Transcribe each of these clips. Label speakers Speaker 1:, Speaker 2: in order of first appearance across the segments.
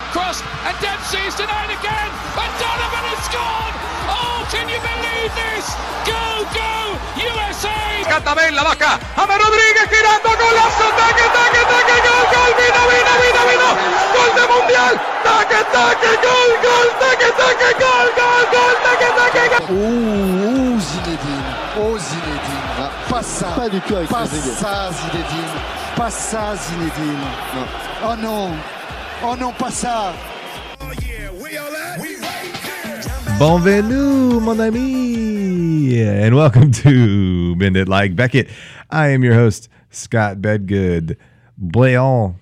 Speaker 1: pass, and Dempsey's denied again, and Donovan has scored! Oh, can you believe this? Go, go, USA!
Speaker 2: Catabel, la vaca, James Rodríguez girando, golazo, taque, taque, taque, gol, gol, vino, vino, vino, vino, gol de Mundial, taque, taque, gol, gol, taque, taque, gol, gol, gol, taque, taque, gol!
Speaker 3: Oh, oh, Zinedine, oh, Zinedine, Ah, pas ça,
Speaker 4: Pas du tout avec
Speaker 3: pas
Speaker 4: Trezeguet.
Speaker 3: ça, Zinedine, pas ça, Zinedine. Oh non, oh non, pas ça.
Speaker 5: Bonvenu, mon ami, and welcome to Bend It Like Beckett. I am your host, Scott Bedgood. Blayon.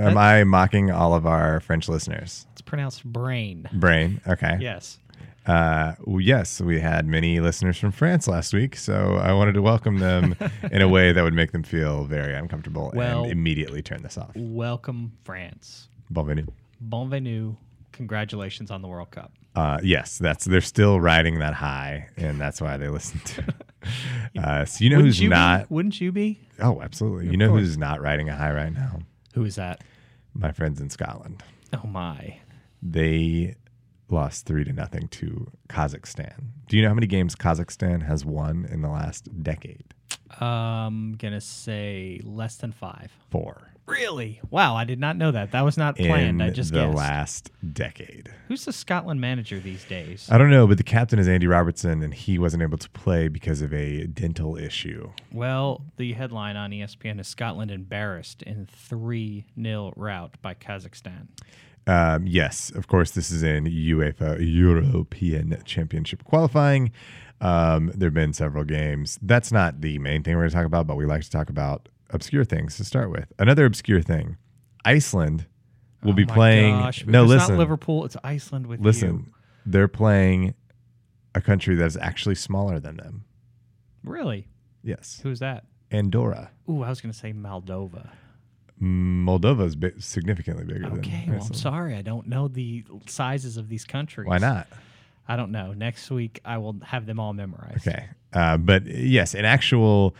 Speaker 5: Am I mocking all of our French listeners?
Speaker 6: It's pronounced brain.
Speaker 5: Brain. Okay.
Speaker 6: Yes.
Speaker 5: Uh, well, yes, we had many listeners from France last week, so I wanted to welcome them in a way that would make them feel very uncomfortable
Speaker 6: Well-
Speaker 5: and immediately turn this off.
Speaker 6: Welcome, France.
Speaker 5: Bonvenu.
Speaker 6: Bonvenu. Congratulations on the World Cup.
Speaker 5: Uh, yes, that's they're still riding that high, and that's why they listen to. it. Uh, so you know who's
Speaker 6: you
Speaker 5: not?
Speaker 6: Be? Wouldn't you be?
Speaker 5: Oh, absolutely. You know who's not riding a high right now?
Speaker 6: Who is that?
Speaker 5: My friends in Scotland.
Speaker 6: Oh my.
Speaker 5: They lost three to nothing to Kazakhstan. Do you know how many games Kazakhstan has won in the last decade?
Speaker 6: I'm gonna say less than five.
Speaker 5: Four.
Speaker 6: Really? Wow, I did not know that. That was not planned.
Speaker 5: in
Speaker 6: I just
Speaker 5: the
Speaker 6: guessed.
Speaker 5: last decade.
Speaker 6: Who's the Scotland manager these days?
Speaker 5: I don't know, but the captain is Andy Robertson, and he wasn't able to play because of a dental issue.
Speaker 6: well, the headline on E ESPN is Scotland embarrassed in 3 0 rout by Kazakhstan.
Speaker 5: Um, yes, of course, this is in UEFA European Championship qualifying. Um, there have been several games. That's not the main thing we're going to talk about, but we like to talk about obscure things to start with. Another obscure thing Iceland will be
Speaker 6: Oh my
Speaker 5: playing.
Speaker 6: gosh,
Speaker 5: no,
Speaker 6: it's
Speaker 5: listen.
Speaker 6: not Liverpool, it's Iceland with
Speaker 5: listen.
Speaker 6: you.
Speaker 5: They're playing a country that is actually smaller than them.
Speaker 6: Really?
Speaker 5: Yes.
Speaker 6: Who's that?
Speaker 5: Andorra.
Speaker 6: Ooh, I was going to say Moldova.
Speaker 5: Moldova's bi- significantly bigger than
Speaker 6: Okay, well, I'm
Speaker 5: Iceland.
Speaker 6: sorry. I don't know the sizes of these countries.
Speaker 5: Why not?
Speaker 6: I don't know. Next week, I will have them all memorized.
Speaker 5: Okay. Uh, but yes, in actual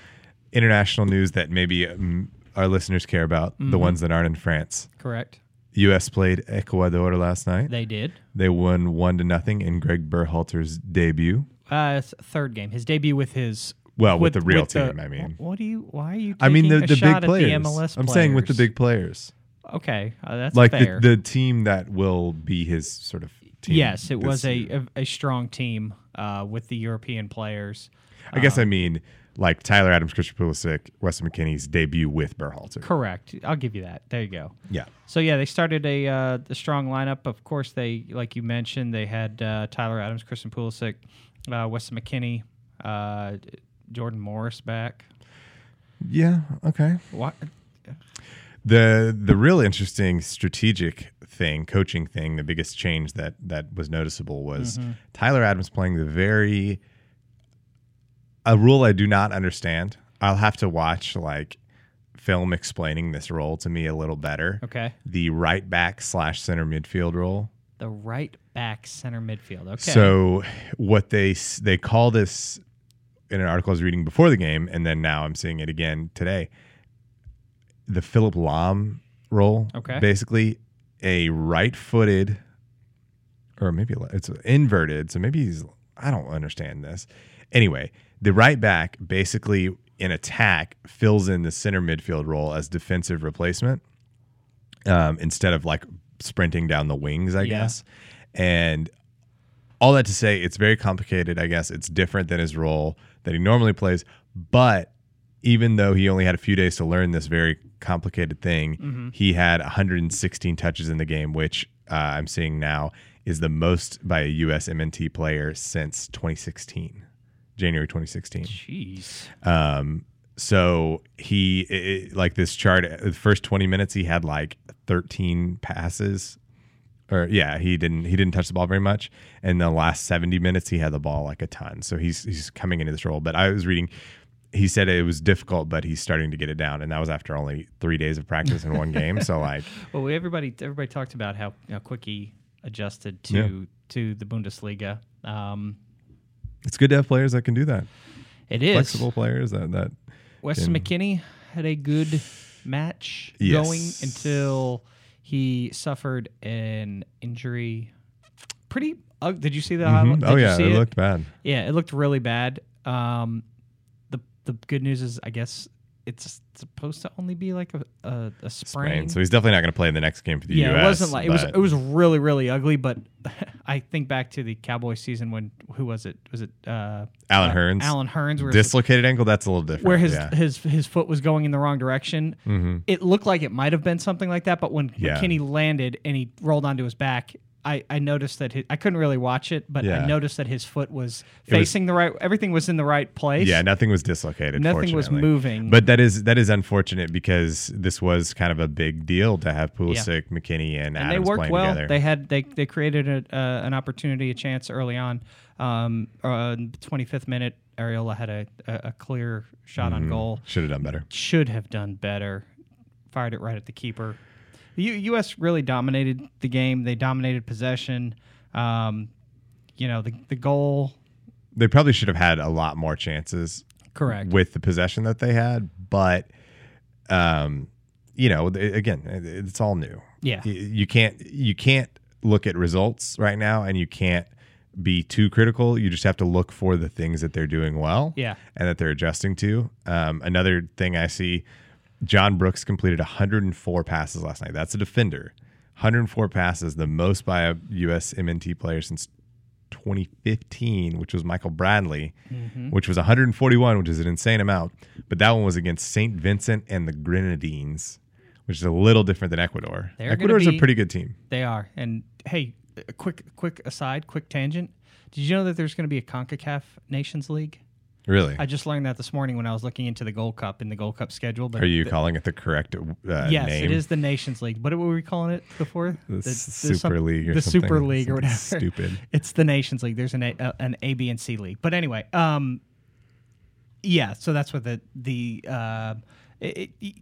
Speaker 5: international news that maybe um, our listeners care about,
Speaker 6: Mm-hmm.
Speaker 5: the ones that aren't in France,
Speaker 6: Correct.
Speaker 5: U.S. played Ecuador last night.
Speaker 6: They did.
Speaker 5: They won one to nothing in Greg Berhalter's debut.
Speaker 6: Uh, it's third game. His debut with his.
Speaker 5: Well, with the real team, I mean.
Speaker 6: What do you. Why are you. Taking
Speaker 5: I mean the
Speaker 6: a
Speaker 5: the big
Speaker 6: shot at
Speaker 5: players.
Speaker 6: The MLS
Speaker 5: I'm saying with the
Speaker 6: players?
Speaker 5: big players,
Speaker 6: Okay. uh, that's
Speaker 5: like the,
Speaker 6: fair.
Speaker 5: the team that will be his sort of team.
Speaker 6: yes, it
Speaker 5: this
Speaker 6: was a,
Speaker 5: year.
Speaker 6: a, a strong team uh, with the European players.
Speaker 5: I
Speaker 6: uh,
Speaker 5: guess I mean like Tyler Adams, Christian Pulisic, Weston McKinney's debut with Berhalter.
Speaker 6: Correct. I'll give you that. There you go.
Speaker 5: Yeah.
Speaker 6: So yeah, they started a uh, a strong lineup. Of course, they like you mentioned, they had uh, Tyler Adams, Kristen Pulisic, uh, Weston McKinney, uh, Jordan Morris back.
Speaker 5: Yeah. Okay.
Speaker 6: What?
Speaker 5: the the real interesting strategic thing, coaching thing, the biggest change that that was noticeable was Tyler Adams playing the very a rule I do not understand. I'll have to watch like film explaining this role to me a little better.
Speaker 6: Okay,
Speaker 5: The right back slash center midfield role.
Speaker 6: the right back center midfield. Okay,
Speaker 5: So what they s- they call this in an article I was reading before the game, and then now I'm seeing it again today. The Philip Lahm role,
Speaker 6: Okay.
Speaker 5: basically a right-footed, or maybe le- it's inverted. So maybe he's I don't understand this. Anyway, the right back basically in attack fills in the center midfield role as defensive replacement um, instead of like sprinting down the wings, I
Speaker 6: Yeah.
Speaker 5: guess. And all that to say, it's very complicated. I guess it's different than his role that he normally plays. But even though he only had a few days to learn this very complicated thing, he had 116 touches in the game, which uh, I'm seeing now is the most by a U.S. MNT player since 2016, January 2016.
Speaker 6: jeez,
Speaker 5: Um, so he i i like this chart. uh, The first twenty minutes, he had like thirteen passes, or yeah, he didn't he didn't touch the ball very much. And the last seventy minutes, he had the ball like a ton. So he's he's coming into this role. But I was reading. He said it was difficult, but he's starting to get it down, and that was after only three days of practice in one game. So like,
Speaker 6: well, we- everybody everybody talked about how, how quick he adjusted to
Speaker 5: Yeah.
Speaker 6: to the Bundesliga. Um,
Speaker 5: it's good to have players that can do that,
Speaker 6: it is
Speaker 5: flexible players that that
Speaker 6: Weston McKinney had a good match
Speaker 5: Yes.
Speaker 6: going until He suffered an injury. Pretty. ug did you see the
Speaker 5: Mhm.
Speaker 6: highlight?
Speaker 5: Oh
Speaker 6: Did you
Speaker 5: yeah,
Speaker 6: see
Speaker 5: it looked bad.
Speaker 6: yeah, it looked really bad. Um, the the good news is, I guess it's supposed to only be like a a, a sprain.
Speaker 5: Spain. So he's definitely not going to play in the next game for the
Speaker 6: yeah,
Speaker 5: U.S.
Speaker 6: it wasn't like it was.
Speaker 5: but-
Speaker 6: It was really really ugly. But I think back to the Cowboy season when who was it? Was it uh,
Speaker 5: Alan
Speaker 6: uh,
Speaker 5: Hearns.
Speaker 6: Alan Hearns, where his,
Speaker 5: dislocated ankle. That's a little different.
Speaker 6: where his,
Speaker 5: yeah. Mm-hmm.
Speaker 6: his his foot was going in the wrong direction. It looked like it might have been something like that. But when
Speaker 5: Mm. Yeah.
Speaker 6: McKinney landed and he rolled onto his back. I, I noticed that his, I couldn't really watch it, but
Speaker 5: Yeah.
Speaker 6: I noticed that his foot
Speaker 5: was-
Speaker 6: was facing the right. Everything was in the right place.
Speaker 5: Yeah, nothing was dislocated.
Speaker 6: Nothing was
Speaker 5: fortunately.
Speaker 6: moving.
Speaker 5: But that is that is unfortunate because this was kind of a big deal to have Pulisic, McKinney, and,
Speaker 6: and
Speaker 5: Adams
Speaker 6: they worked
Speaker 5: playing
Speaker 6: well.
Speaker 5: together.
Speaker 6: They had they they created a, uh, an opportunity, a chance early on. Um, uh, 25th minute, Ariola had a, a, a clear shot
Speaker 5: Mm.
Speaker 6: on goal.
Speaker 5: Should have done better.
Speaker 6: Should have done better. Fired it right at the keeper. The U- U.S. really dominated the game. They dominated possession. Um, you know the the goal.
Speaker 5: They probably should have had a lot more chances
Speaker 6: Correct.
Speaker 5: with the possession that they had, but um, you know, th- again, it- it's all new.
Speaker 6: Yeah.
Speaker 5: Y- you can't you can't look at results right now, and you can't be too critical. You just have to look for the things that they're doing well,
Speaker 6: Yeah.
Speaker 5: and that they're adjusting to. Um, another thing I see, John Brooks completed 104 passes last night. That's a defender. 104 passes, the most by a U.S. MNT player since 2015, which was Michael Bradley,
Speaker 6: Mm-hmm.
Speaker 5: which was 141, which is an insane amount. But that one was against St. Vincent and the Grenadines, which is a little different than Ecuador.
Speaker 6: They're gonna
Speaker 5: Ecuador's
Speaker 6: be-
Speaker 5: a pretty good team.
Speaker 6: They are. And hey, a quick quick aside, quick tangent. Did you know that there's going to be a Concacaf Nations League?
Speaker 5: Really?
Speaker 6: I just learned that this morning when I was looking into the Gold Cup and the Gold Cup schedule. But
Speaker 5: Are you calling it the correct uh,
Speaker 6: yes,
Speaker 5: name?
Speaker 6: it is the Nations League. What were we calling it before?
Speaker 5: The,
Speaker 6: The-
Speaker 5: Super
Speaker 6: some-
Speaker 5: League or
Speaker 6: the
Speaker 5: something.
Speaker 6: Super League
Speaker 5: Something
Speaker 6: or whatever.
Speaker 5: Stupid.
Speaker 6: It's the Nations League. There's an a, uh, an A, B, and C league. But anyway, um, yeah. So that's what the the uh, it, it,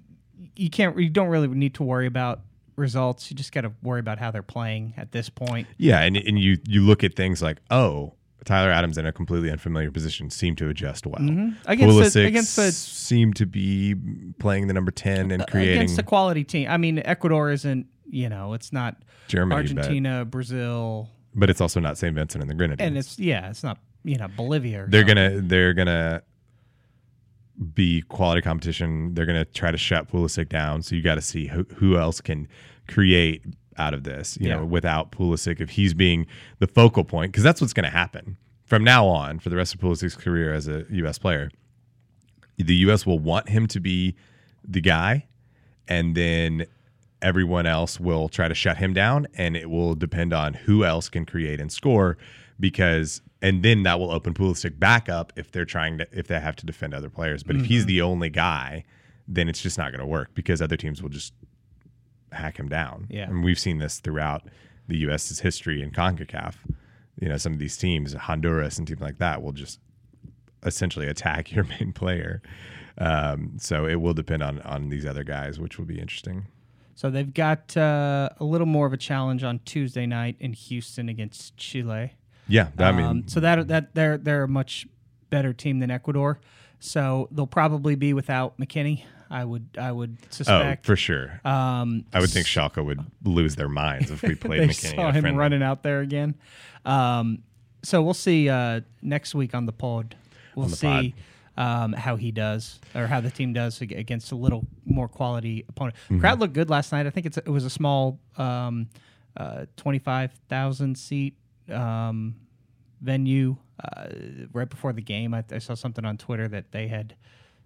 Speaker 6: you can't you don't really need to worry about results. You just got to worry about how they're playing at this point.
Speaker 5: Yeah, and and you you look at things like oh. Tyler Adams in a completely unfamiliar position seemed to adjust well.
Speaker 6: Hmm? Mm-hmm. Against the-
Speaker 5: Pulisic
Speaker 6: against the-
Speaker 5: seemed to be playing the number ten and creating
Speaker 6: against a quality team. I mean, Ecuador isn't. You know, it's not
Speaker 5: Germany, but-
Speaker 6: Argentina, Brazil,
Speaker 5: but it's also not St. Vincent and the Grenadines.
Speaker 6: and it's yeah, it's not you know Bolivia. Or
Speaker 5: they're
Speaker 6: something.
Speaker 5: gonna they're gonna be quality competition. They're gonna try to shut Pulisic down. So you got to see who, who else can create out of this. You
Speaker 6: Yeah.
Speaker 5: know, without Pulisic, if he's being the focal point, because that's what's gonna happen from now on for the rest of Pulisic's career as a U.S. player. The U.S. will want him to be the guy, and then everyone else will try to shut him down and it will depend on who else can create and score because and then that will open Pulisic back up if they're trying to if they have to defend other players but if he's the only guy then it's just not going to work because other teams will just hack him down
Speaker 6: Yeah.
Speaker 5: and we've seen this throughout the US's history in CONCACAF you know some of these teams Honduras and teams like that will just essentially attack your main player um, so it will depend on on these other guys which will be interesting
Speaker 6: So they've got uh, a little more of a challenge on Tuesday night in Houston against Chile.
Speaker 5: Yeah, I mean,
Speaker 6: um, so that that they're they're a much better team than Ecuador. So they'll probably be without McKinney. I would I would
Speaker 5: oh,
Speaker 6: suspect.
Speaker 5: for sure.
Speaker 6: um,
Speaker 5: I would think Schalke would lose their minds if we played
Speaker 6: they
Speaker 5: McKinney. in
Speaker 6: saw
Speaker 5: a
Speaker 6: him
Speaker 5: friendly.
Speaker 6: running out there again. Um, so we'll see uh, next week on the pod. We'll
Speaker 5: the pod.
Speaker 6: see Um, how he does or how the team does ag- against a little more quality opponent.
Speaker 5: Mm-hmm.
Speaker 6: Crowd looked good last night. I think it's it was a small um, uh, twenty five thousand seat um, venue. Uh, right before the game, I, I saw something on Twitter that they had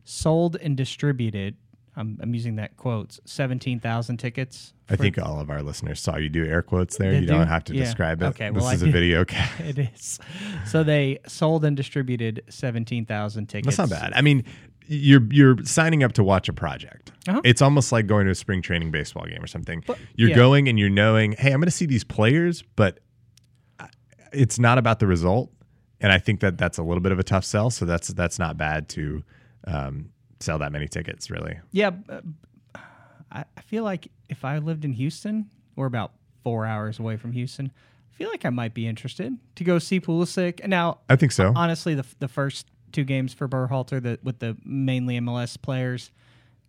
Speaker 6: sold and distributed. I'm, I'm using that quotes seventeen thousand tickets.
Speaker 5: I
Speaker 6: for-
Speaker 5: think all of our listeners saw you do air quotes there.
Speaker 6: They
Speaker 5: You don't
Speaker 6: do?
Speaker 5: have to
Speaker 6: Yeah.
Speaker 5: describe it.
Speaker 6: Okay,
Speaker 5: this
Speaker 6: well, I
Speaker 5: is a
Speaker 6: did.
Speaker 5: video. cast.
Speaker 6: It is. So they sold and distributed 17,000 tickets.
Speaker 5: That's not bad. I mean, you're you're signing up to watch a project.
Speaker 6: Uh-huh.
Speaker 5: It's almost like going to a spring training baseball game or something. you're
Speaker 6: yeah.
Speaker 5: going and you're knowing, hey, I'm going to see these players, but I- it's not about the result. And I think that that's a little bit of a tough sell. So that's that's not bad to um, sell that many tickets, really.
Speaker 6: Yeah. b- b- I I feel like if I lived in Houston, we're about four hours away from Houston. I feel like I might be interested to go see Pulisic. Now,
Speaker 5: I think so.
Speaker 6: honestly, the, f- the first two games for Burhalter the, with the mainly MLS players,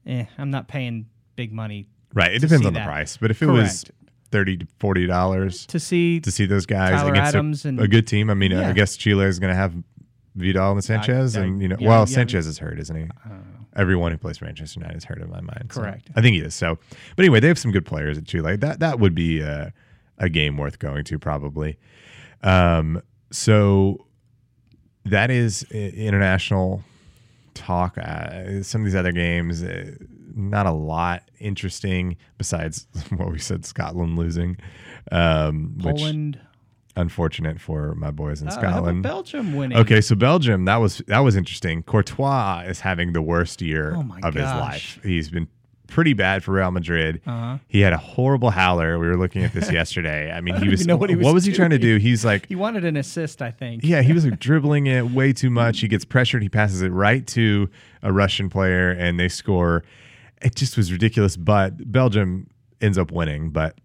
Speaker 6: eh, I'm not paying big money
Speaker 5: Right. It depends
Speaker 6: see
Speaker 5: on the
Speaker 6: that.
Speaker 5: price. But if it was
Speaker 6: Correct.
Speaker 5: 30 to 40 dollars
Speaker 6: to see
Speaker 5: to see those guys
Speaker 6: Tyler
Speaker 5: against a-
Speaker 6: Adams
Speaker 5: a,
Speaker 6: and-
Speaker 5: good team, I mean, I
Speaker 6: Yeah.
Speaker 5: guess Chile is going to have Vidal and Sanchez
Speaker 6: I-
Speaker 5: and you know,
Speaker 6: yeah,
Speaker 5: well,
Speaker 6: yeah.
Speaker 5: Sanchez is hurt, isn't he? Everyone who plays for Manchester United is hurt in my mind. so-
Speaker 6: Correct.
Speaker 5: I think he is. So, but anyway, they have some good players at Chile. That that would be a, a game worth going to probably. Um, so that is i- international talk. Uh, some of these other games, uh, not a lot interesting besides what we said. Scotland losing, um, which
Speaker 6: Poland.
Speaker 5: unfortunate for my boys in
Speaker 6: Oh, how about
Speaker 5: Scotland.
Speaker 6: Belgium winning.
Speaker 5: Okay, so Belgium, that was that was interesting. Courtois is having the worst year
Speaker 6: Oh my
Speaker 5: of his
Speaker 6: gosh.
Speaker 5: life. He's been pretty bad for Real Madrid.
Speaker 6: Uh-huh.
Speaker 5: He had a horrible howler. We were looking at this yesterday. I mean, he
Speaker 6: even
Speaker 5: was,
Speaker 6: know what he was
Speaker 5: was he trying to do? He's like
Speaker 6: He wanted an assist, I think.
Speaker 5: yeah, he was like dribbling it way too much. He gets pressured. He passes it right to a Russian player, and they score. It just was ridiculous. But Belgium ends up winning, but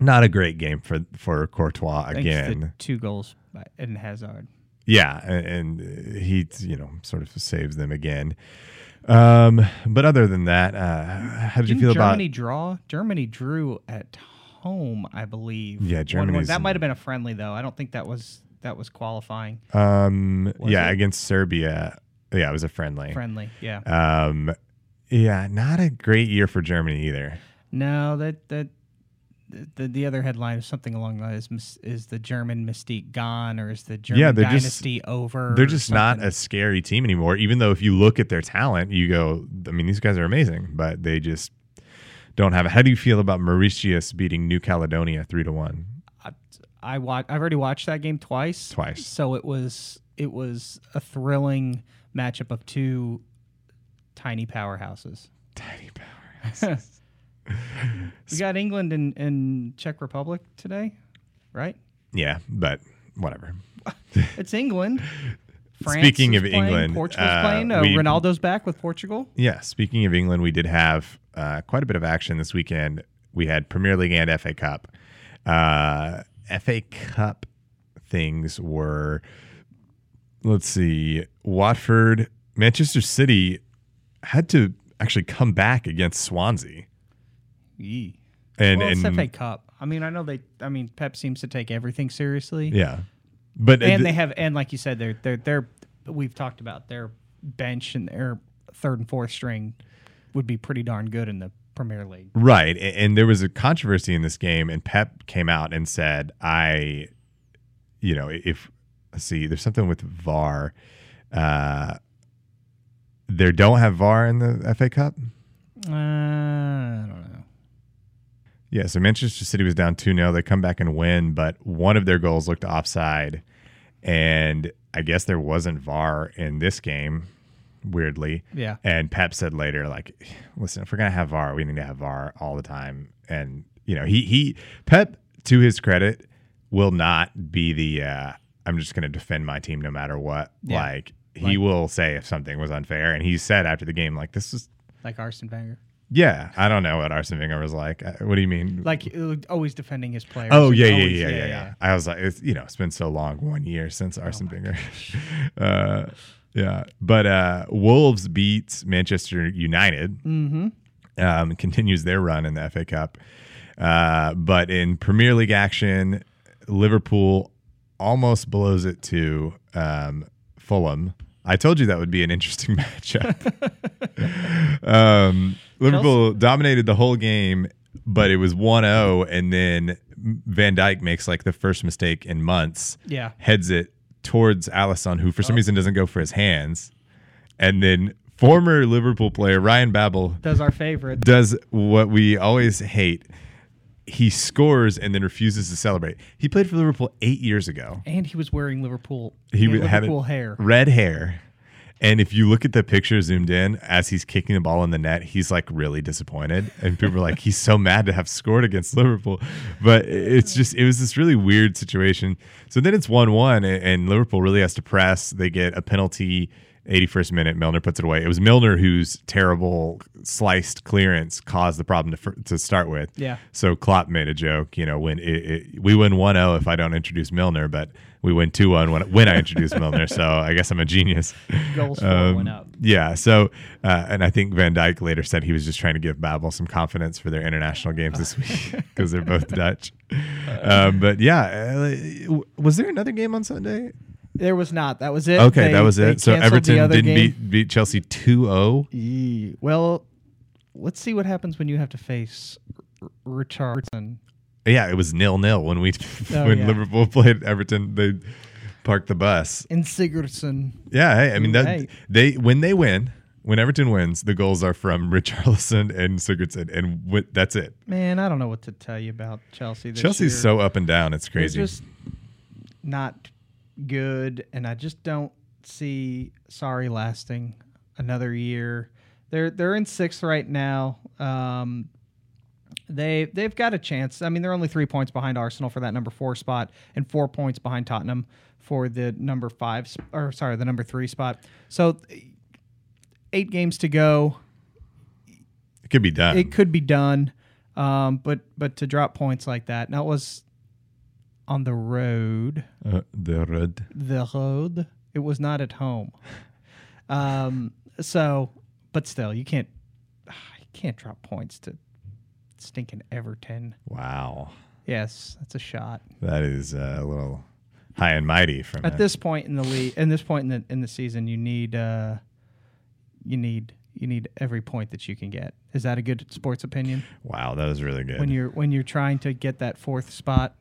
Speaker 5: not a great game for for Courtois
Speaker 6: Thanks to
Speaker 5: again.
Speaker 6: two goals by Eden Hazard.
Speaker 5: Yeah, a- and, and he you know sort of saves them again. Um, but other than that, uh, how did you
Speaker 6: Didn't
Speaker 5: feel
Speaker 6: Germany
Speaker 5: about?
Speaker 6: draw? Germany drew at home, I believe.
Speaker 5: Yeah,
Speaker 6: 1-1.
Speaker 5: Germany's-
Speaker 6: That might have been a friendly though. I don't think that was that was qualifying
Speaker 5: Um,
Speaker 6: Was
Speaker 5: yeah,
Speaker 6: it?
Speaker 5: against Serbia. Yeah, it was a friendly.
Speaker 6: friendly. Yeah.
Speaker 5: Um, yeah, not a great year for Germany either.
Speaker 6: No, that that the, the other headline is something along the lines is mis- is the German mystique gone or is the German
Speaker 5: Yeah, they're just-
Speaker 6: dynasty over?
Speaker 5: They're
Speaker 6: or
Speaker 5: just not
Speaker 6: something?
Speaker 5: a scary team anymore. Even though if you look at their talent, you go, I mean, these guys are amazing, but they just don't have it. How do you feel about Mauritius beating New Caledonia three to one?
Speaker 6: I, I watch. I've already watched that game twice.
Speaker 5: Twice.
Speaker 6: So it was it was a thrilling matchup of two tiny powerhouses.
Speaker 5: Tiny power.
Speaker 6: We got England and, and Czech Republic today, right?
Speaker 5: Yeah, but whatever.
Speaker 6: It's England. France
Speaker 5: Speaking
Speaker 6: is
Speaker 5: of
Speaker 6: playing,
Speaker 5: England,
Speaker 6: Portugal's
Speaker 5: uh,
Speaker 6: playing. Uh,
Speaker 5: we-
Speaker 6: Ronaldo's back with Portugal.
Speaker 5: Yeah, speaking of England, we did have uh, quite a bit of action this weekend. We had Premier League and FA Cup. Uh, FA Cup things were, let's see, Watford, Manchester City had to actually come back against Swansea.
Speaker 6: Yee.
Speaker 5: And,
Speaker 6: well, it's
Speaker 5: and
Speaker 6: FA Cup. I mean, I know they. I mean, Pep seems to take everything seriously,
Speaker 5: yeah, but uh,
Speaker 6: and they have, and like you said, they're they're they're. We've talked about their bench and their third and fourth string would be pretty darn good in the Premier League.
Speaker 5: Right. a- And there was a controversy in this game, and Pep came out and said, I, you know, if, let's see, there's something with VAR. Uh, they don't have VAR in the FA Cup.
Speaker 6: Uh, I don't know.
Speaker 5: Yeah. So Manchester City was down 2 0. They come back and win, but one of their goals looked offside. And I guess there wasn't VAR in this game, weirdly.
Speaker 6: Yeah.
Speaker 5: And Pep said later, like, listen, if we're gonna have VAR, we need to have VAR all the time. And you know, he he Pep, to his credit, will not be the uh, I'm just gonna defend my team no matter what.
Speaker 6: Yeah.
Speaker 5: Like he will say if something was unfair, and he said after the game, like, this is
Speaker 6: Like Arsene Wenger,
Speaker 5: yeah, I don't know what Arsene Wenger was like. Uh, What do you mean?
Speaker 6: like uh, always defending his players.
Speaker 5: Oh yeah, yeah,
Speaker 6: Always-
Speaker 5: yeah, yeah, yeah, Oh I was like, it's, you know, it's been so long, one year since Arsene Wenger. uh, yeah, but uh, Wolves beats Manchester United. Mm-hmm. Um, continues their run in the FA Cup, uh, but in Premier League action, Liverpool almost blows it to um, Fulham. I told you that would be an interesting matchup. Um, Liverpool dominated the whole game, but it was 1 0. And then Van Dyke makes like the first mistake in months,
Speaker 6: Yeah.
Speaker 5: heads it towards Allison, who for some reason doesn't go for his hands. And then former Liverpool player Ryan Babel
Speaker 6: Does our favorite.
Speaker 5: does what we always hate. He scores and then refuses to celebrate. He played for Liverpool eight years ago.
Speaker 6: And he was wearing Liverpool.
Speaker 5: He
Speaker 6: and
Speaker 5: had
Speaker 6: Liverpool
Speaker 5: it-
Speaker 6: hair.
Speaker 5: red hair. And if you look at the picture zoomed in as he's kicking the ball in the net, he's like really disappointed, and people are like, "He's so mad to have scored against Liverpool." But it's just it was this really weird situation. So then it's one-one, and Liverpool really has to press. They get a penalty 81st minute, Milner puts it away. It was Milner whose terrible sliced clearance caused the problem to, fir- to start with.
Speaker 6: Yeah.
Speaker 5: So Klopp made a joke, you know, when it, it, we win 1 0 if I don't introduce Milner, but we win 2 1 when, when I introduce Milner. So I guess I'm a genius.
Speaker 6: Goals for
Speaker 5: Um,
Speaker 6: went up.
Speaker 5: Yeah. So, uh, and I think Van Dyke later said he was just trying to give Babel some confidence for their international games this week because they're both Dutch. Um, but yeah, uh, w- was there another game on Sunday?
Speaker 6: There was not. That was it.
Speaker 5: Okay,
Speaker 6: They-
Speaker 5: that was
Speaker 6: they
Speaker 5: it. So
Speaker 6: canceled the
Speaker 5: Everton
Speaker 6: other
Speaker 5: didn't
Speaker 6: game.
Speaker 5: beat, beat Chelsea 2 0.
Speaker 6: Ye- Well, let's see what happens when you have to face R- Richardson.
Speaker 5: Yeah, it was nil nil when we
Speaker 6: Oh,
Speaker 5: when
Speaker 6: yeah.
Speaker 5: Liverpool played Everton. They parked the bus.
Speaker 6: And Sigurdsson.
Speaker 5: Yeah, hey, I mean that
Speaker 6: Right.
Speaker 5: they when they win, when Everton wins, the goals are from Richarlison and Sigurdsson, and w- that's it.
Speaker 6: Man, I don't know what to tell you about Chelsea. This
Speaker 5: Chelsea's
Speaker 6: year.
Speaker 5: so up and down, it's
Speaker 6: They're
Speaker 5: crazy.
Speaker 6: just not good, and I just don't see sorry lasting another year. They're they're in sixth right now. Um, they they've got a chance. I mean, they're only three points behind Arsenal for that number four spot, and four points behind Tottenham for the number five s- or sorry, the number three spot. So eight games to go
Speaker 5: it could be done.
Speaker 6: it could be done, um, but but to drop points like that now it was on the road,
Speaker 5: Uh, the red.
Speaker 6: the road. It was not at home. Um, so, but still, you can't ah, you can't drop points to stinking Everton.
Speaker 5: Wow,
Speaker 6: Yes, that's a shot.
Speaker 5: that is uh, a little high and mighty from
Speaker 6: At
Speaker 5: it.
Speaker 6: this point in the league, in this point in the in the season, you need uh, you need you need every point that you can get. Is that a good sports opinion?
Speaker 5: Wow, that was really good.
Speaker 6: when you're when you're trying to get that fourth spot.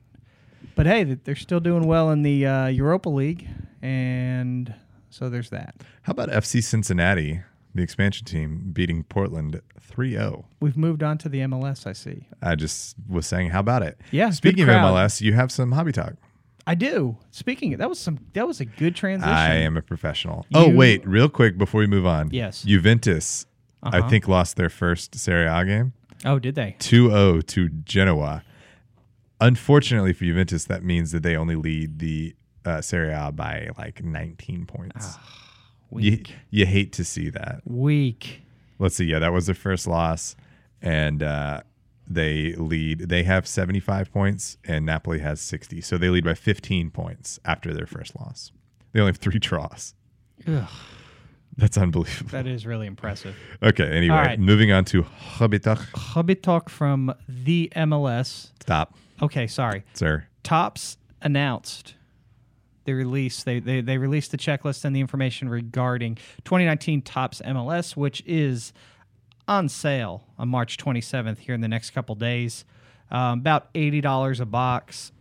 Speaker 6: But hey, th- they're still doing well in the uh, Europa League, and so there's that.
Speaker 5: How about FC Cincinnati, the expansion team, beating Portland 3 0?
Speaker 6: We've moved on to the MLS. I see.
Speaker 5: I just was saying, how about it?
Speaker 6: Yeah,
Speaker 5: Speaking
Speaker 6: good
Speaker 5: of
Speaker 6: crowd.
Speaker 5: MLS, you have some hobby talk.
Speaker 6: I do. Speaking of, that was some that was a good transition.
Speaker 5: I am a professional. oh,
Speaker 6: You-
Speaker 5: wait, real quick before we move on.
Speaker 6: Yes. Uh-huh.
Speaker 5: Juventus, I think, lost their first Serie A game
Speaker 6: oh, did they?
Speaker 5: 2 0 to Genoa. Unfortunately for Juventus, that means that they only lead the uh, Serie A by like 19 points. you,
Speaker 6: Ah, Weak.
Speaker 5: you hate to see that.
Speaker 6: Weak.
Speaker 5: let's see yeah that was their first loss and uh they lead they have 75 points and napoli has 60 so they lead by 15 points after their first loss they only have three draws
Speaker 6: Ugh.
Speaker 5: that's unbelievable
Speaker 6: That is really impressive.
Speaker 5: okay anyway
Speaker 6: All right.
Speaker 5: moving on to Habitak.
Speaker 6: Hobby talk from the MLS.
Speaker 5: stop
Speaker 6: Okay, sorry.
Speaker 5: sir
Speaker 6: Tops announced the release. They, they they released the checklist and the information regarding 2019 Tops MLS, which is on sale on March 27th here in the next couple days. Um, about eighty dollars a box.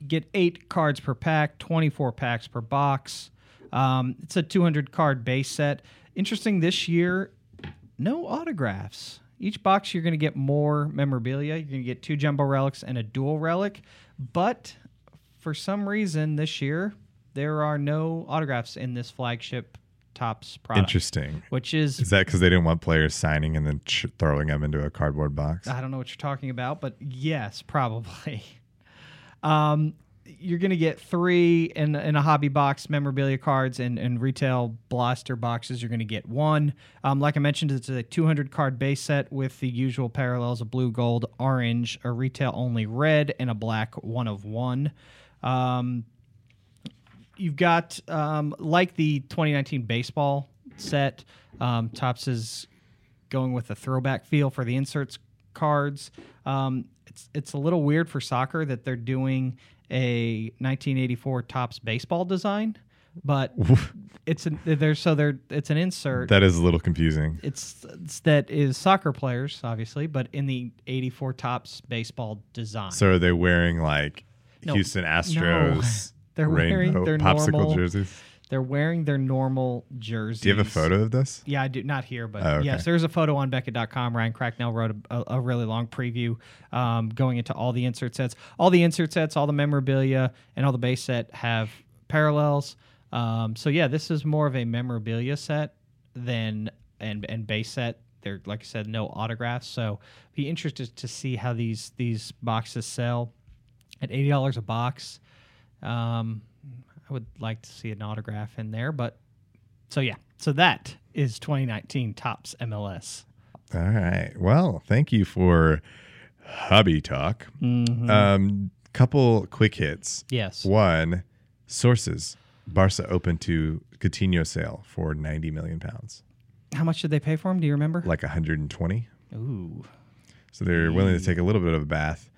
Speaker 6: You get eight cards per pack, 24 packs per box. Um, it's a 200 card base set. Interesting this year, no autographs. Each box you're going to get more memorabilia. You're going to get two jumbo relics and a dual relic, but for some reason this year there are no autographs in this flagship tops product.
Speaker 5: interesting
Speaker 6: Which is
Speaker 5: is that because they didn't want players signing and then ch- throwing them into a cardboard box
Speaker 6: I don't know what you're talking about, but yes, probably. Um, you're going to get three in, in a hobby box memorabilia cards and, and retail blaster boxes. You're going to get one. Um, like I mentioned, it's a 200 card base set with the usual parallels of blue, gold, orange, a retail only red, and a black one of one. Um, you've got um, like the 2019 baseball set. Um, Tops is going with a throwback feel for the inserts cards. Um, it's it's a little weird for soccer that they're doing a 1984 Tops baseball design, but it's an they're so they're it's an insert.
Speaker 5: that is a little confusing
Speaker 6: it's, it's that is soccer players obviously, but in the 84 Tops baseball design.
Speaker 5: so are they wearing like
Speaker 6: No.
Speaker 5: houston astros
Speaker 6: They're wearing
Speaker 5: rainbow
Speaker 6: their
Speaker 5: popsicle
Speaker 6: normal-
Speaker 5: jerseys
Speaker 6: they're wearing their normal jerseys.
Speaker 5: do you have a photo of this
Speaker 6: Yeah, I do. Not here, but
Speaker 5: Oh, okay.
Speaker 6: yes, there's a photo on Beckett.com. Ryan Cracknell wrote a, a, a really long preview um, going into all the insert sets. All the insert sets, all the memorabilia, and all the base set have parallels. Um, so, yeah, this is more of a memorabilia set than and and base set. They're, like I said, no autographs. So, be interested to see how these, these boxes sell at $80 a box. Um, I would like to see an autograph in there, but So yeah, so that is 2019 tops MLS.
Speaker 5: All right. Well, thank you for hobby talk. Um, couple quick hits.
Speaker 6: Yes.
Speaker 5: One, sources. Barca open to Coutinho sale for 90 million pounds,
Speaker 6: How much did they pay for him? Do you remember?
Speaker 5: like 120.
Speaker 6: Ooh,
Speaker 5: So they're willing to take a little bit of a bath.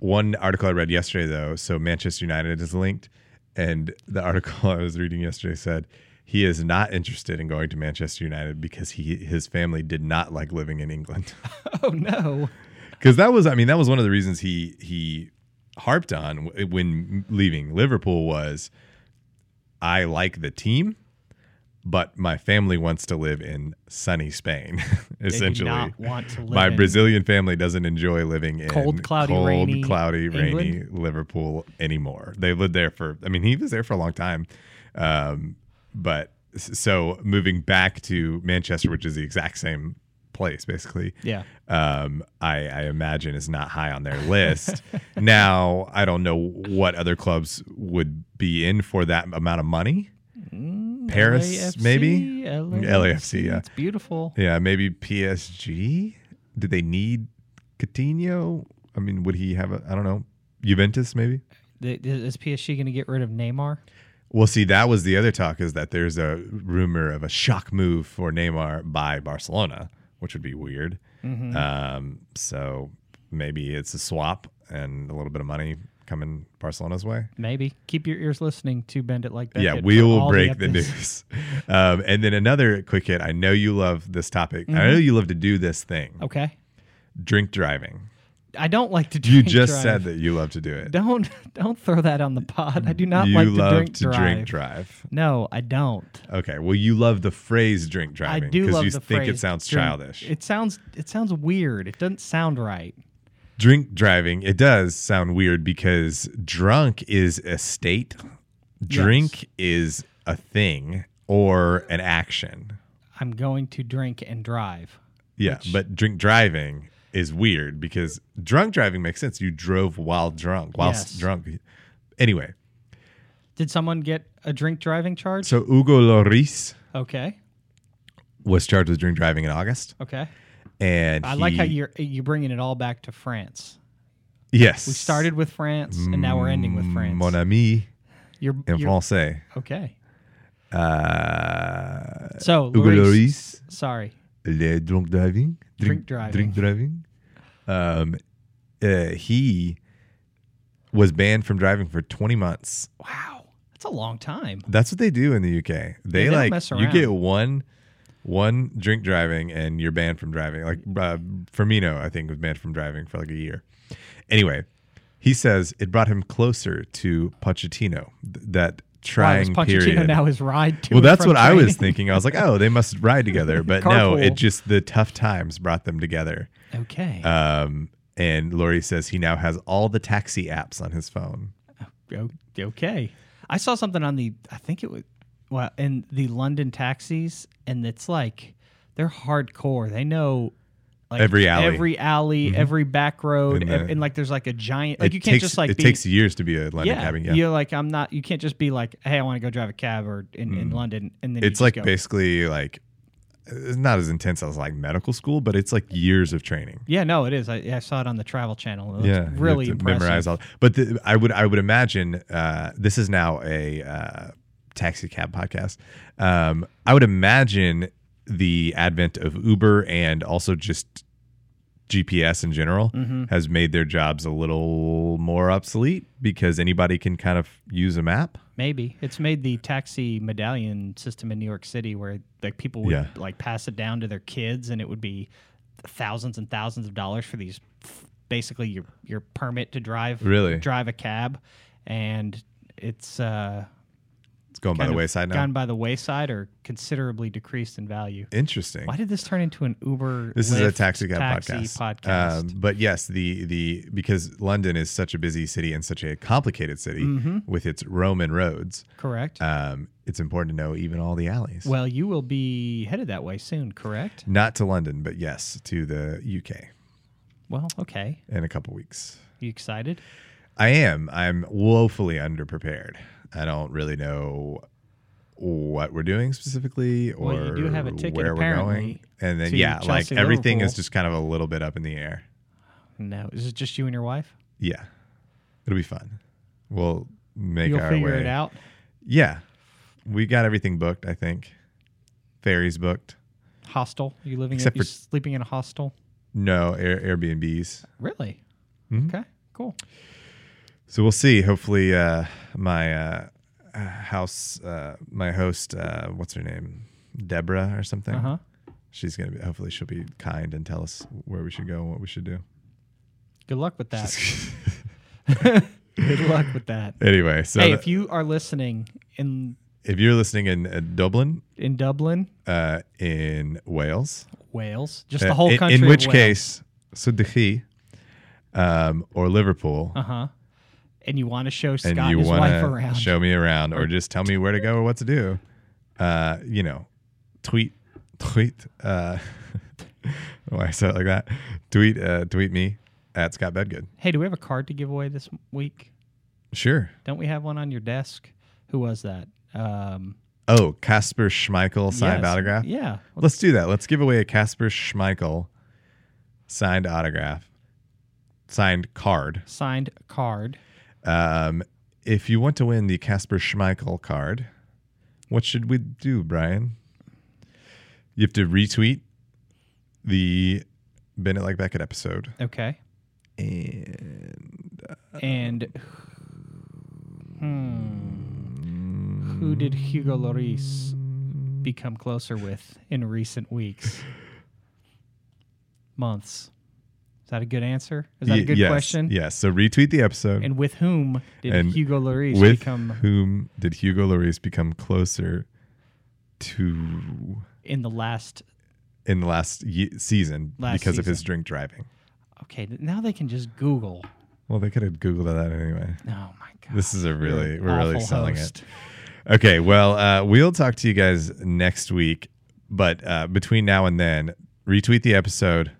Speaker 5: One article I read yesterday, though, so Manchester United is linked, and the article I was reading yesterday said he is not interested in going to Manchester United because he his family did not like living in England.
Speaker 6: oh no.
Speaker 5: because that was i mean that was one of the reasons he he harped on w- when leaving liverpool was i like the team but my family wants to live in sunny spain essentially
Speaker 6: They do not want to live
Speaker 5: my
Speaker 6: in-
Speaker 5: brazilian family doesn't enjoy living in
Speaker 6: Cold, cloudy,
Speaker 5: cold,
Speaker 6: rainy
Speaker 5: cloudy, rainy
Speaker 6: England?
Speaker 5: liverpool anymore they lived there for i mean he was there for a long time um, but s- so moving back to manchester which is the exact same place basically
Speaker 6: Yeah.
Speaker 5: um, I, I imagine is not high on their list. now, I don't know what other clubs would be in for that amount of money.
Speaker 6: Mm,
Speaker 5: Paris,
Speaker 6: LAFC,
Speaker 5: maybe?
Speaker 6: LAFC.
Speaker 5: LAFC, yeah.
Speaker 6: It's beautiful.
Speaker 5: Yeah, maybe PSG. Do they need Coutinho? I mean, would he have a, I don't know, Juventus maybe?
Speaker 6: Th- Is PSG going to get rid of Neymar?
Speaker 5: Well, see, that was the other talk is that there's a rumor of a shock move for Neymar by Barcelona, which would be weird.
Speaker 6: Mm-hmm.
Speaker 5: Um, so maybe it's a swap and a little bit of money coming Barcelona's way.
Speaker 6: Maybe. Keep your ears listening to Bend It Like Beckett.
Speaker 5: yeah,
Speaker 6: for
Speaker 5: we will
Speaker 6: all
Speaker 5: break the,
Speaker 6: updates.
Speaker 5: news. Um, and then another quick hit. I know you love this topic. I
Speaker 6: Mm-hmm.
Speaker 5: know you love to do this thing
Speaker 6: Okay.
Speaker 5: drink driving.
Speaker 6: I don't like to
Speaker 5: You
Speaker 6: drink
Speaker 5: just
Speaker 6: drive.
Speaker 5: said that you love to do it.
Speaker 6: Don't don't throw that on the pod. I do not
Speaker 5: you
Speaker 6: like to
Speaker 5: love
Speaker 6: drink
Speaker 5: to
Speaker 6: drive.
Speaker 5: drink drive.
Speaker 6: No, I don't.
Speaker 5: Okay. Well, you love the phrase drink
Speaker 6: I
Speaker 5: driving
Speaker 6: do love
Speaker 5: you
Speaker 6: the
Speaker 5: think
Speaker 6: phrase
Speaker 5: it sounds
Speaker 6: drink-
Speaker 5: childish.
Speaker 6: It sounds it sounds weird. It doesn't sound right.
Speaker 5: drink driving it does sound weird because drunk is a state drink is a thing or an action
Speaker 6: I'm going to drink and drive.
Speaker 5: yeah but drink driving is weird because drunk driving makes sense you drove while drunk whilst
Speaker 6: Yes.
Speaker 5: drunk anyway
Speaker 6: Did someone get a drink driving charge?
Speaker 5: so hugo loris
Speaker 6: okay.
Speaker 5: was charged with drink driving in august
Speaker 6: Okay.
Speaker 5: and
Speaker 6: I like how
Speaker 5: he-
Speaker 6: you're you're bringing it all back to France.
Speaker 5: yes Mm,
Speaker 6: We started with France and now we're ending with France.
Speaker 5: mon ami
Speaker 6: you're,
Speaker 5: in
Speaker 6: you're-
Speaker 5: français
Speaker 6: Okay.
Speaker 5: uh,
Speaker 6: So,
Speaker 5: hugo
Speaker 6: Lloris-
Speaker 5: loris
Speaker 6: sorry.
Speaker 5: le drunk driving,
Speaker 6: Drink driving.
Speaker 5: drink driving. Um, uh, he was banned from driving for 20 months.
Speaker 6: Wow. That's a long time.
Speaker 5: That's what they do in the UK. They,
Speaker 6: they don't
Speaker 5: like
Speaker 6: mess
Speaker 5: you get
Speaker 6: around.
Speaker 5: one one drink driving and you're banned from driving. Like uh, Firmino, I think was banned from driving for like a year. Anyway, he says it brought him closer to Pochettino. Th- that
Speaker 6: Why was
Speaker 5: trying
Speaker 6: Pochettino
Speaker 5: period.
Speaker 6: now his ride to
Speaker 5: Well,
Speaker 6: and
Speaker 5: that's
Speaker 6: from
Speaker 5: what I was
Speaker 6: training?
Speaker 5: thinking. I was like, oh, they must ride together. But no,
Speaker 6: Carpool.
Speaker 5: it just the tough times brought them together.
Speaker 6: Okay.
Speaker 5: Um, and Lori says he now has all the taxi apps on his phone.
Speaker 6: O- okay. I saw something on the I think it was well in the London taxis and it's like they're hardcore. They know like
Speaker 5: Every alley. Mm-hmm.
Speaker 6: every alley, every back road,
Speaker 5: And
Speaker 6: and,
Speaker 5: the-
Speaker 6: and like there's like a giant like
Speaker 5: it
Speaker 6: you
Speaker 5: takes,
Speaker 6: can't just like
Speaker 5: it
Speaker 6: be,
Speaker 5: takes years to be a London
Speaker 6: yeah,
Speaker 5: cabin. Yeah,
Speaker 6: You're like I'm not you can't just be like, hey, I want to go drive a cab or in, in London and then you
Speaker 5: Mm. it's
Speaker 6: just
Speaker 5: like
Speaker 6: go.
Speaker 5: basically like it's not as intense as like medical school, but it's like years of training.
Speaker 6: Yeah, no, it is. I, I saw it on the travel channel. It yeah,
Speaker 5: you have
Speaker 6: really
Speaker 5: to
Speaker 6: impressive.
Speaker 5: memorize all. But the, I would I would imagine uh, this is now a uh, taxi cab podcast. Um, I would imagine the advent of Uber and also just GPS in general
Speaker 6: Mm-hmm.
Speaker 5: has made their jobs a little more obsolete because anybody can kind of use a map.
Speaker 6: Maybe it's made the taxi medallion system in New York City where like people would
Speaker 5: Yeah.
Speaker 6: like pass it down to their kids, and it would be thousands and thousands of dollars for these, basically your your permit to drive
Speaker 5: Really?
Speaker 6: drive a cab, and it's uh,
Speaker 5: It's going by
Speaker 6: kind
Speaker 5: the
Speaker 6: of
Speaker 5: wayside now.
Speaker 6: gone by the wayside or considerably decreased in value.
Speaker 5: Interesting.
Speaker 6: Why did this turn into an Uber?
Speaker 5: This is a
Speaker 6: Lyft,
Speaker 5: taxi cab
Speaker 6: taxi
Speaker 5: podcast.
Speaker 6: podcast.
Speaker 5: Um, but yes, the the because London is such a busy city and such a complicated city
Speaker 6: Mm-hmm.
Speaker 5: with its Roman roads.
Speaker 6: correct.
Speaker 5: Um, it's important to know even all the alleys.
Speaker 6: well, you will be headed that way soon, correct?
Speaker 5: not to London, but yes to the UK
Speaker 6: Well, okay.
Speaker 5: in a couple weeks.
Speaker 6: You excited?
Speaker 5: I am. I'm woefully underprepared. I don't really know what we're doing specifically or
Speaker 6: Well, you do have a ticket,
Speaker 5: where we're going.
Speaker 6: apparently,
Speaker 5: And then
Speaker 6: to
Speaker 5: yeah, like
Speaker 6: Chelsea,
Speaker 5: everything is
Speaker 6: Liverpool.
Speaker 5: just kind of a little bit up in the air.
Speaker 6: No, is it just you and your wife?
Speaker 5: Yeah. It'll be fun. We'll make
Speaker 6: You'll
Speaker 5: our
Speaker 6: figure
Speaker 5: way
Speaker 6: it out.
Speaker 5: Yeah. We got everything booked, I think. Ferries booked.
Speaker 6: Hostel? You living?
Speaker 5: Except
Speaker 6: in, you
Speaker 5: for-
Speaker 6: sleeping in a hostel?
Speaker 5: No Air- Airbnbs.
Speaker 6: Really?
Speaker 5: Mm-hmm.
Speaker 6: Okay. Cool.
Speaker 5: So we'll see. Hopefully, uh, my uh, uh, house, uh, my host, uh, what's her name, Deborah or something.
Speaker 6: Uh huh.
Speaker 5: She's gonna be. Hopefully, she'll be kind and tell us where we should go and what we should do.
Speaker 6: Good luck with that. Good luck with that.
Speaker 5: Anyway, so
Speaker 6: hey,
Speaker 5: the-
Speaker 6: if you are listening in
Speaker 5: if you're listening in uh, Dublin,
Speaker 6: in Dublin,
Speaker 5: uh, in Wales,
Speaker 6: Wales, just
Speaker 5: uh,
Speaker 6: the whole
Speaker 5: in,
Speaker 6: country.
Speaker 5: in which case, Sudachi, um, or Liverpool,
Speaker 6: uh huh. And you want to show Scott
Speaker 5: and
Speaker 6: and
Speaker 5: you
Speaker 6: his wife
Speaker 5: want
Speaker 6: around?
Speaker 5: to show me around or just tell me where to go or what to do, uh, you know, tweet, tweet, uh, why I said it like that, tweet, uh, tweet me at Scott Bedgood.
Speaker 6: hey, do we have a card to give away this week?
Speaker 5: Sure.
Speaker 6: Don't we have one on your desk? Who was that? Um,
Speaker 5: Oh, Casper Schmeichel signed
Speaker 6: yes.
Speaker 5: autograph.
Speaker 6: Yeah.
Speaker 5: Let's do that. Let's give away a Casper Schmeichel signed autograph, signed card.
Speaker 6: Signed card.
Speaker 5: Um, if you want to win the Casper Schmeichel card, what should we do, Brian? You have to retweet the Bennett Like Beckett episode.
Speaker 6: Okay.
Speaker 5: And uh,
Speaker 6: And hmm, who did Hugo Lloris become closer with in recent weeks, months? Is that a good answer? Is that a good
Speaker 5: yes,
Speaker 6: question?
Speaker 5: Yes. So retweet the episode.
Speaker 6: And with whom did
Speaker 5: And
Speaker 6: Hugo Lloris
Speaker 5: With
Speaker 6: become
Speaker 5: whom did Hugo Lloris become closer to
Speaker 6: in the last?
Speaker 5: in the last ye- season
Speaker 6: Last
Speaker 5: because of his
Speaker 6: season.
Speaker 5: drink driving?
Speaker 6: Okay, th- now they can just Google.
Speaker 5: Well, they could have Googled that anyway.
Speaker 6: Oh my god!
Speaker 5: This is a really, we're really
Speaker 6: awful
Speaker 5: selling it.
Speaker 6: host.
Speaker 5: Okay, well, uh, we'll talk to you guys next week. But uh, between now and then, retweet the episode.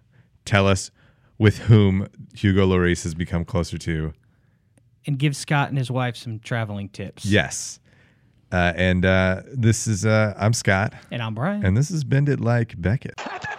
Speaker 5: Tell us with whom Hugo Lloris has become closer to.
Speaker 6: And give Scott and his wife some traveling tips.
Speaker 5: Yes. Uh, and uh, this is, uh, I'm Scott,
Speaker 6: And I'm Brian.
Speaker 5: and this has Bend It Like Beckett.
Speaker 1: And